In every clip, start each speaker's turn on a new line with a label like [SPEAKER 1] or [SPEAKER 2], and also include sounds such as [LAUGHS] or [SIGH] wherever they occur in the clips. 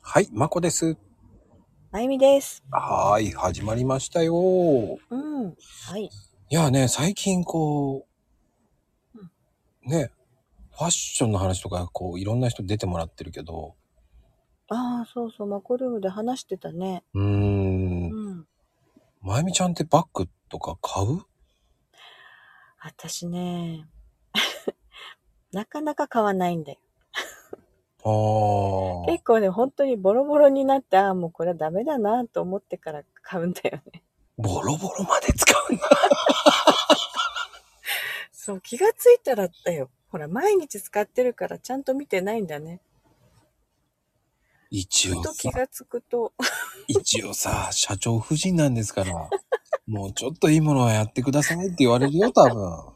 [SPEAKER 1] はい、まこです。
[SPEAKER 2] まゆみです。
[SPEAKER 1] はーい、始まりましたよ。
[SPEAKER 2] うん。はい。
[SPEAKER 1] いやね、最近こ
[SPEAKER 2] う
[SPEAKER 1] う、ね、ファッションの話とか、こう、いろんな人出てもらってるけど、
[SPEAKER 2] ああ、そうそう、マコルームで話してたね。
[SPEAKER 1] うーん、
[SPEAKER 2] うん。
[SPEAKER 1] まゆみちゃんってバッグとか買う
[SPEAKER 2] 私ね、 [LAUGHS] なかなか買わないんだよ。
[SPEAKER 1] ああ
[SPEAKER 2] 結、構ね、本当にボロボロになって、ああ、もうこれはダメだなと思ってから買うんだよね。
[SPEAKER 1] ボロボロまで使うんだ。
[SPEAKER 2] [LAUGHS] そう、気がついたらだよ。ほら、毎日使ってるからちゃんと見てないんだね。
[SPEAKER 1] 一
[SPEAKER 2] ふ
[SPEAKER 1] 応
[SPEAKER 2] と気
[SPEAKER 1] さ、
[SPEAKER 2] がつくと、
[SPEAKER 1] 一応さ、社長夫人なんです [LAUGHS] から、もうちょっといいものはやってくださいって言われるよ、多分。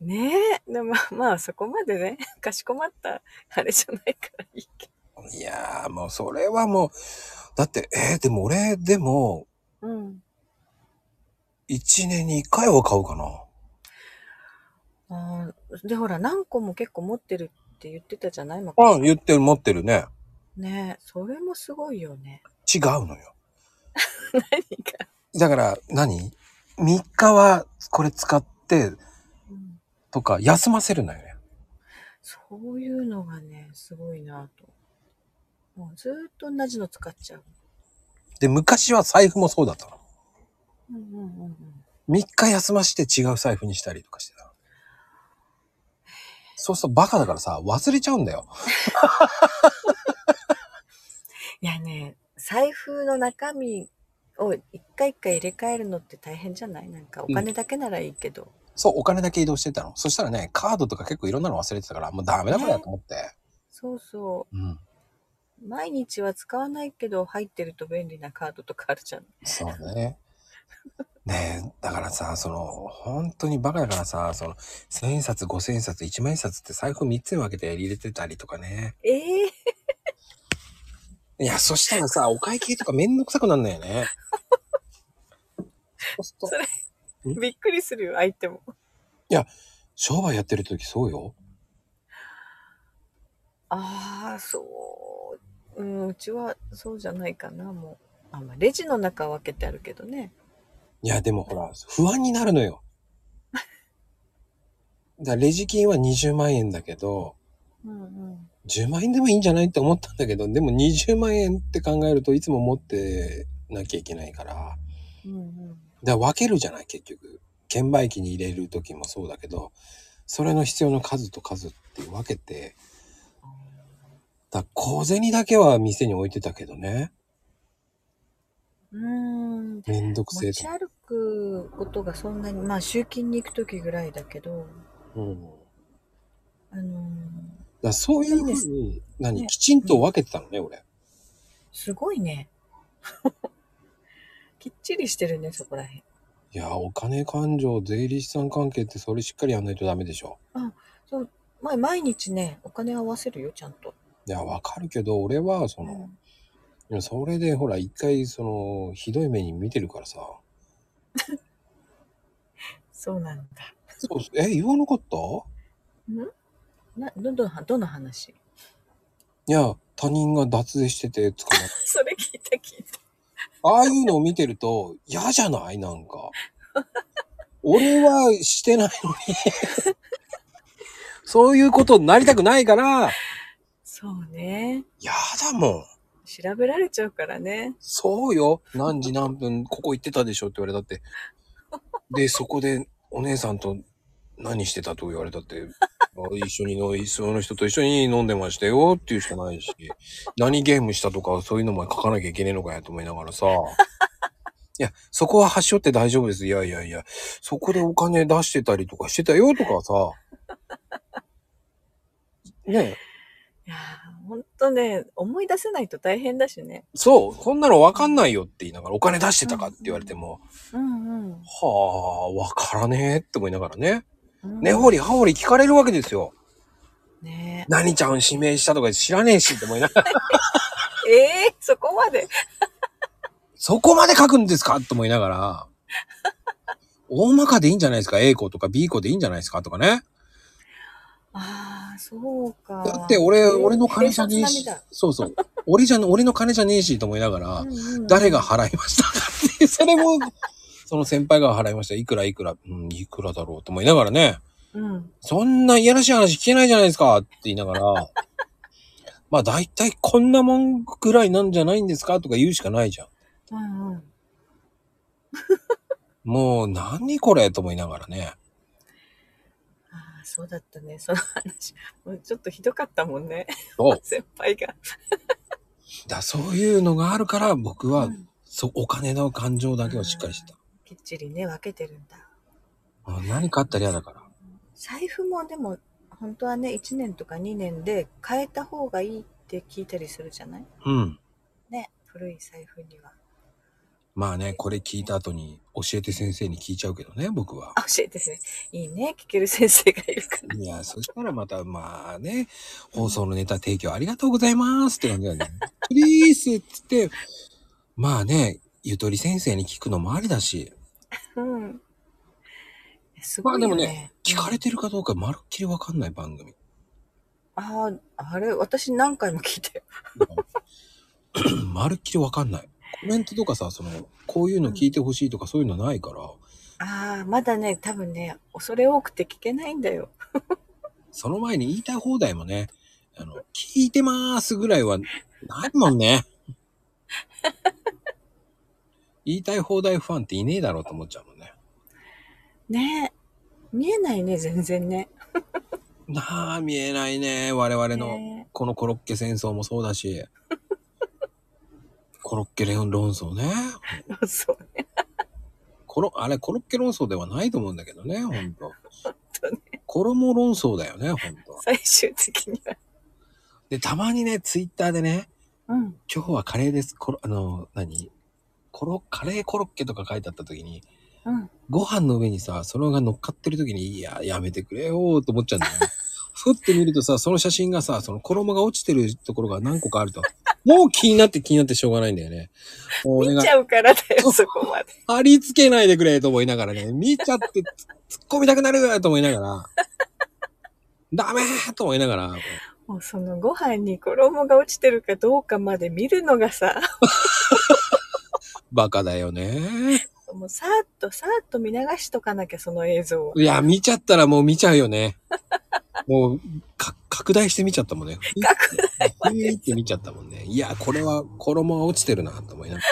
[SPEAKER 2] ねえ、でもまあまあ、そこまでね、かしこまった、あれじゃないからいいけ
[SPEAKER 1] いやー、もうそれはもう、だって、えー、でも俺、でも、
[SPEAKER 2] ど。うん。
[SPEAKER 1] 一年に一回は買うかな。
[SPEAKER 2] あーで、ほら、何個も結構持ってるって言ってたじゃないマコ
[SPEAKER 1] あ、言ってる、持ってるね。
[SPEAKER 2] ねえ、それもすごいよね。
[SPEAKER 1] 違うのよ。
[SPEAKER 2] [LAUGHS] 何か。
[SPEAKER 1] だから何、三 ?3 日はこれ使って
[SPEAKER 2] うん、
[SPEAKER 1] とか休ませるのよね。
[SPEAKER 2] そういうのがね、すごいなと。もうずーっと同じの使っちゃう。
[SPEAKER 1] で、昔は財布もそうだったの。
[SPEAKER 2] うんうんうんうん。
[SPEAKER 1] 3日休まして違う財布にしたりとかしてたの。そうするとバカだからさ、忘れちゃうんだよ。
[SPEAKER 2] いやね、財布の中身を一回一回入れ替えるのって大変じゃないなんかお金だけならいいけど。
[SPEAKER 1] そう、お金だけ移動してたの。そしたらね、カードとか結構いろんなの忘れてたから、もうダメだこれと思って。
[SPEAKER 2] そうそ
[SPEAKER 1] うん。
[SPEAKER 2] う。毎日は使わないけど入ってると便利なカードとかあるじゃん。
[SPEAKER 1] そうね。ねえ、だからさ、その、本当にバカだからさ、その、千円札、五千円札、一万円札って財布三つに分けて入れてたりとかね。
[SPEAKER 2] ええ
[SPEAKER 1] いや、そしたらさ、お会計とかめんどくさくなんだよね。そうすると
[SPEAKER 2] それびっくりするよ、相手も。
[SPEAKER 1] 商売やってる時そうよ。
[SPEAKER 2] ああ、そう。うん、うちはそうじゃないかな、もう。あまあ、レジの中は分けてあるけどね。
[SPEAKER 1] いや、でもほら、不安になるのよ。だからレジ金は20万円だけど、
[SPEAKER 2] うんうん。
[SPEAKER 1] 10万円でもいいんじゃないって思ったんだけど、でも20万円って考えるといつも持ってなきゃいけないから。
[SPEAKER 2] うんうん。
[SPEAKER 1] だから分けるじゃない結局券売機に入れる時もそうだけどそれの必要な数と数って分けてだから小銭だけは店に置いてたけどね
[SPEAKER 2] うーん。
[SPEAKER 1] めんどくせえ
[SPEAKER 2] 持
[SPEAKER 1] と
[SPEAKER 2] ち歩くことがそんなに、まあ、集金に行くときぐらいだけど、
[SPEAKER 1] うん、だか
[SPEAKER 2] あのー
[SPEAKER 1] らそういうふう
[SPEAKER 2] そう
[SPEAKER 1] に何、
[SPEAKER 2] ね
[SPEAKER 1] きちんと分けてたのね俺
[SPEAKER 2] すごいね。 [LAUGHS] きっちりしてるね、そこらへん。
[SPEAKER 1] いやお金勘定税理士さん関係ってそれしっかりやんないとダメでしょ
[SPEAKER 2] まあ、毎日ね、お金合わせるよ、ちゃんと。
[SPEAKER 1] いや分かるけど俺はその、いやそれでほら一回そのひどい目に見てるから [LAUGHS] さ
[SPEAKER 2] そうなんだ。
[SPEAKER 1] そうえ言わなかった
[SPEAKER 2] な、ど、ど、どの話 [LAUGHS]
[SPEAKER 1] いや、他人が脱税してて捕まっ
[SPEAKER 2] それ聞いた聞いた。
[SPEAKER 1] [LAUGHS] ああいうのを見てると嫌じゃないなんか。俺はしてないのに。 [LAUGHS] そういうことになりたくないから、
[SPEAKER 2] そうね。
[SPEAKER 1] 嫌だもん。
[SPEAKER 2] 調べられちゃうからね。
[SPEAKER 1] そうよ。何時何分、ここ行ってたでしょって言われたって。で、そこでお姉さんと何してたと言われたって。一緒にの、その人と一緒に飲んでましたよっていうしかないし、何ゲームしたとかそういうのも書かなきゃいけねえのかやと思いながらさ。いや、そこは端折って大丈夫です。いやいやいや、そこでお金出してたりとかしてたよとかさ。ねえ
[SPEAKER 2] いやー、ほんとね、思い出せないと大変だしね。
[SPEAKER 1] そう、こんなのわかんないよって言いながらお金出してたかって言われても、
[SPEAKER 2] うんうん。
[SPEAKER 1] はあ、わからねえって思いながらね。
[SPEAKER 2] うん
[SPEAKER 1] ねほりはほり聞かれるわけですよ。
[SPEAKER 2] ね
[SPEAKER 1] 何ちゃん指名したとか知らねえしって思いながら、 [LAUGHS]
[SPEAKER 2] ええーそこまで。
[SPEAKER 1] そこまで書くんですかって思いながら、大まかでいいんじゃないですか ?A 子とか B 子でいいんじゃないですかとかね。
[SPEAKER 2] ああ、そうか。
[SPEAKER 1] だって俺、
[SPEAKER 2] えー
[SPEAKER 1] 俺の会社
[SPEAKER 2] 警
[SPEAKER 1] に
[SPEAKER 2] 察並みだ、
[SPEAKER 1] そうそう。俺じゃ、俺の金じゃねえしと思いながら、
[SPEAKER 2] うんうん
[SPEAKER 1] 誰が払いましたかって、それも、その先輩が払いました。いくらいくら、うん、いくらだろうと思いながらね、
[SPEAKER 2] うん。
[SPEAKER 1] そんないやらしい話聞けないじゃないですかって言いながら、 [LAUGHS] まあ大体こんなもんぐらいなんじゃないんですかとか言うしかないじゃん。
[SPEAKER 2] うんうん。
[SPEAKER 1] もう何これと思いながらね。
[SPEAKER 2] ああ、そうだったね。その話。もうちょっとひどかったもんね。
[SPEAKER 1] そう。
[SPEAKER 2] [LAUGHS] 先輩が。
[SPEAKER 1] だそういうのがあるから僕は、
[SPEAKER 2] うん
[SPEAKER 1] そう、お金の感情だけはしっかりしてた。
[SPEAKER 2] きっちりね、分けてるんだ。
[SPEAKER 1] あ何かあったら嫌だから。
[SPEAKER 2] 財布もでも、本当はね、1年とか2年で変えた方がいいって聞いたりするじゃない
[SPEAKER 1] うん。
[SPEAKER 2] ね。古い財布には。
[SPEAKER 1] まあね、これ聞いた後に教えて先生に聞いちゃうけどね、僕は
[SPEAKER 2] あ。教えて先生。いいね。聞ける先生がいるから。
[SPEAKER 1] いや、そしたらまた、まあね、放送のネタ提供ありがとうございますって感じだよね。プリースっつって、まあね、ゆとり先生に聞くのもありだし、
[SPEAKER 2] うん。すごい
[SPEAKER 1] まあ
[SPEAKER 2] よ、ね。
[SPEAKER 1] でもね聞かれてるかどうかまるっきりわかんない番組。 [CLEARS THROAT]
[SPEAKER 2] ああ、あれ、私何回も聞いて。
[SPEAKER 1] まるっきりわかんない。コメントとかさ、その、こういうの聞いてほしいとかそういうのないから、
[SPEAKER 2] ああ、まだね、多分ね、恐れ多くて聞けないんだよ。
[SPEAKER 1] その前に言いたい放題もね、あの、聞いてまーすぐらいはないもんね。言いたい放題ファンっていねえだろうと思っちゃうもんね。
[SPEAKER 2] ね見えないね、全然ね。
[SPEAKER 1] なあ、見えないね。我々の、
[SPEAKER 2] ね [LAUGHS]
[SPEAKER 1] このコロッケ戦争もそうだし。 [LAUGHS] コロッケレオン論争ね。
[SPEAKER 2] そう、
[SPEAKER 1] コロ、あれ、コロッケ論争ではないと思うんだけどね、ほんと。
[SPEAKER 2] 当ね
[SPEAKER 1] 衣論争だよね、ほんと。
[SPEAKER 2] 最終的には。
[SPEAKER 1] で、たまにね、ツイッターでね、
[SPEAKER 2] うん。
[SPEAKER 1] 今日はカレーです。コロ、あの、何コロ、カレーコロッケとか書いてあった時に、
[SPEAKER 2] うん。
[SPEAKER 1] ご飯の上にさ、それが乗っかってる時に、いや、やめてくれよーと思っちゃうんだよ
[SPEAKER 2] [LAUGHS]
[SPEAKER 1] ね。ふって見るとさ、その写真がさ、その衣が落ちてるところが何個かあると、もう気になって気になってしょうがないんだよね。もう俺
[SPEAKER 2] 見
[SPEAKER 1] が
[SPEAKER 2] ち、ゃうからだ
[SPEAKER 1] そ
[SPEAKER 2] よ、
[SPEAKER 1] う
[SPEAKER 2] そこまで。 [LAUGHS]
[SPEAKER 1] 貼り付けないでくれと思いながらね、見ちゃってつ突っ込みたくなると思いながら、ダメーと思いながら、
[SPEAKER 2] もうそのご飯に衣が落ちてるかどうかまで見るのがさ、 [LAUGHS]
[SPEAKER 1] バカだよね。
[SPEAKER 2] もうさーっとさーっと見流しとかなきゃ、その映像を。
[SPEAKER 1] いや、見ちゃったらもう見ちゃうよね。 [LAUGHS] もう、か、拡大して見ちゃったもんね。
[SPEAKER 2] 拡
[SPEAKER 1] 大って見ちゃったもんね。いや、これは衣が落ちてるな、と思いながら。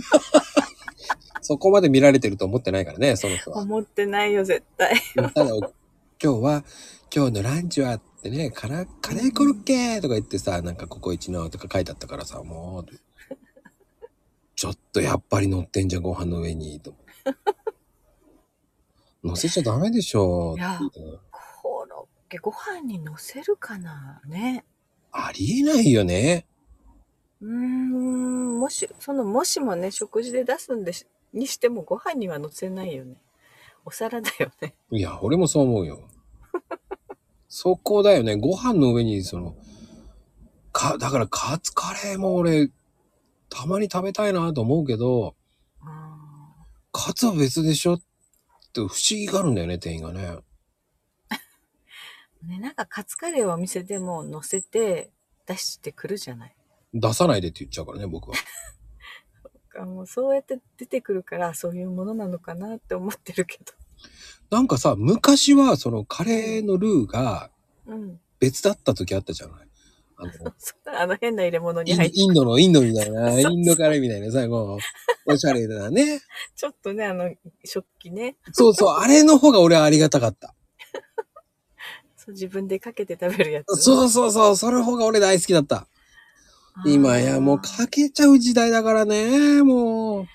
[SPEAKER 1] [LAUGHS] そこまで見られてると思ってないからね、その人は。
[SPEAKER 2] 思ってないよ、絶
[SPEAKER 1] [LAUGHS]
[SPEAKER 2] 対。
[SPEAKER 1] ただ、今日は、今日のランチはってね、カラカレーコロッケとか言ってさ、なんかココイチのとか書いてあったからさ、もう、ちょっとやっぱり乗ってんじゃん、ご飯の上に、と。乗せちゃダメでしょ
[SPEAKER 2] いや
[SPEAKER 1] っていう
[SPEAKER 2] コロッケ、ご飯に乗せるかなね。
[SPEAKER 1] ありえないよね。
[SPEAKER 2] うーん、もし、その、もしもね、食事で出すんでし、にしてもご飯には乗せないよね。お皿だよ
[SPEAKER 1] [LAUGHS]
[SPEAKER 2] ね。
[SPEAKER 1] いや、俺もそう思うよ。そこだよね。ご飯の上に、その、か、だからカツカレーも俺、たまに食べたいなと思うけど、
[SPEAKER 2] あ
[SPEAKER 1] カツは別でしょって不思議があるんだよね、店員がね。
[SPEAKER 2] ーね、なんかカツカレーはお店でも乗せて出してくるじゃない。
[SPEAKER 1] 出さないでって言っちゃうからね、僕は。
[SPEAKER 2] あもうそうやって出てくるからそういうものなのかなって思ってるけ
[SPEAKER 1] なんかさ、昔はそのカレーのルーが
[SPEAKER 2] ど。 [LAUGHS] うん。
[SPEAKER 1] 別だった時あったじゃないあの、
[SPEAKER 2] [LAUGHS] そあの変な入れ物に
[SPEAKER 1] イン
[SPEAKER 2] 入って、
[SPEAKER 1] インドの、インドみたいな、
[SPEAKER 2] [LAUGHS] そうそう
[SPEAKER 1] インドカレーみたいな、最後、おしゃれなね。
[SPEAKER 2] ちょっとね、あの、食器ね、
[SPEAKER 1] そうそう、あれの方が俺はありがたかった。
[SPEAKER 2] そう自分でかけて食べるや
[SPEAKER 1] [LAUGHS]
[SPEAKER 2] つ。
[SPEAKER 1] そうそうそう、その方が俺大好きだった。
[SPEAKER 2] あー
[SPEAKER 1] 今やもうかけちゃう時代だからね、もう。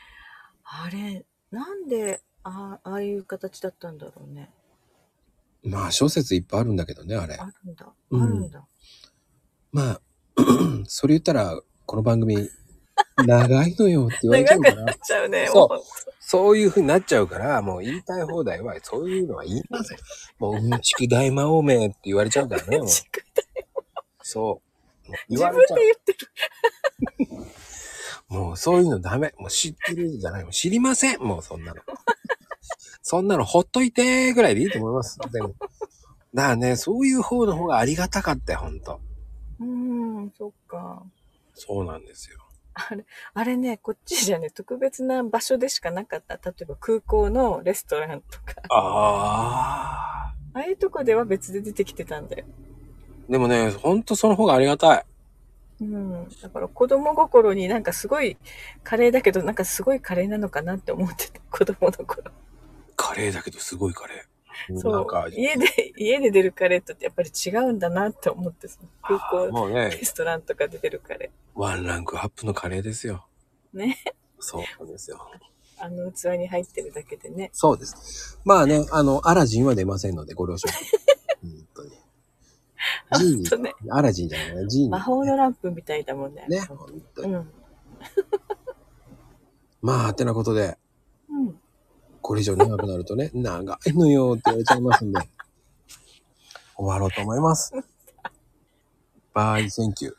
[SPEAKER 2] あれ、なんで、あああいう形だったんだろうね。
[SPEAKER 1] まあ諸説いっぱいあるんだけどね、あれ。
[SPEAKER 2] あるんだ。あ
[SPEAKER 1] うん
[SPEAKER 2] るんだ。
[SPEAKER 1] まあ、 [CLEARS THROAT] それ言ったら、この番組、長いのよって言われちゃうか
[SPEAKER 2] 長くな
[SPEAKER 1] ら
[SPEAKER 2] っ。ちゃうね。
[SPEAKER 1] そう
[SPEAKER 2] もう
[SPEAKER 1] そういう風になっちゃうから、もう言いたい放題は、そういうのは言いません。もう、うんちく大魔王めって言われちゃうからね、もう。
[SPEAKER 2] 自
[SPEAKER 1] そう。もう言わ
[SPEAKER 2] 分
[SPEAKER 1] れ
[SPEAKER 2] で
[SPEAKER 1] ちゃ
[SPEAKER 2] 言ってる。
[SPEAKER 1] う。もうそういうのダメ。もう知ってるじゃない。もう知りません。もうそんなの。そんなのほっといてぐらいでいいと思います。でも。だからね、そういう方の方がありがたかったよ、ほんと。
[SPEAKER 2] うーん、そっか。
[SPEAKER 1] そうなんですよ。
[SPEAKER 2] あれ、あれね、こっちじゃね、特別な場所でしかなかった。例えば空港のレストランとか、
[SPEAKER 1] ああ。
[SPEAKER 2] ああいうとこでは別で出てきてたんだよ。
[SPEAKER 1] でもね、ほんとその方がありがたい。
[SPEAKER 2] うん。だから子供心になんかすごいカレーだけど、なんかすごいカレーなのかなって思ってた、子供の頃。
[SPEAKER 1] カレーだけどすごいカレー。
[SPEAKER 2] そ
[SPEAKER 1] な
[SPEAKER 2] うん
[SPEAKER 1] か、。
[SPEAKER 2] 家で、 [LAUGHS] 家で出るカレーとってやっぱり違うんだなって思って、その空港
[SPEAKER 1] もうね
[SPEAKER 2] レ、ストランとかで出るカレ
[SPEAKER 1] ワンランクアップのカレーですよ。
[SPEAKER 2] ね。
[SPEAKER 1] そうなんですよ。
[SPEAKER 2] ー。あの器に入ってるだけでね。
[SPEAKER 1] そうです。まあね、あの、アラジンは出ませんので、ご了承。
[SPEAKER 2] [LAUGHS]
[SPEAKER 1] 本当に。ジーニ
[SPEAKER 2] ほんとね
[SPEAKER 1] ー、アラジンじゃないな、ジーニー。
[SPEAKER 2] 魔法のランプみたいだもんね。
[SPEAKER 1] ね、本当
[SPEAKER 2] う
[SPEAKER 1] に。
[SPEAKER 2] ん。
[SPEAKER 1] まあ、てなことで、
[SPEAKER 2] うん。
[SPEAKER 1] これ以上長くなるとね、長いのよって言われちゃいますんで、終わろうと思います。バイ、センキュー。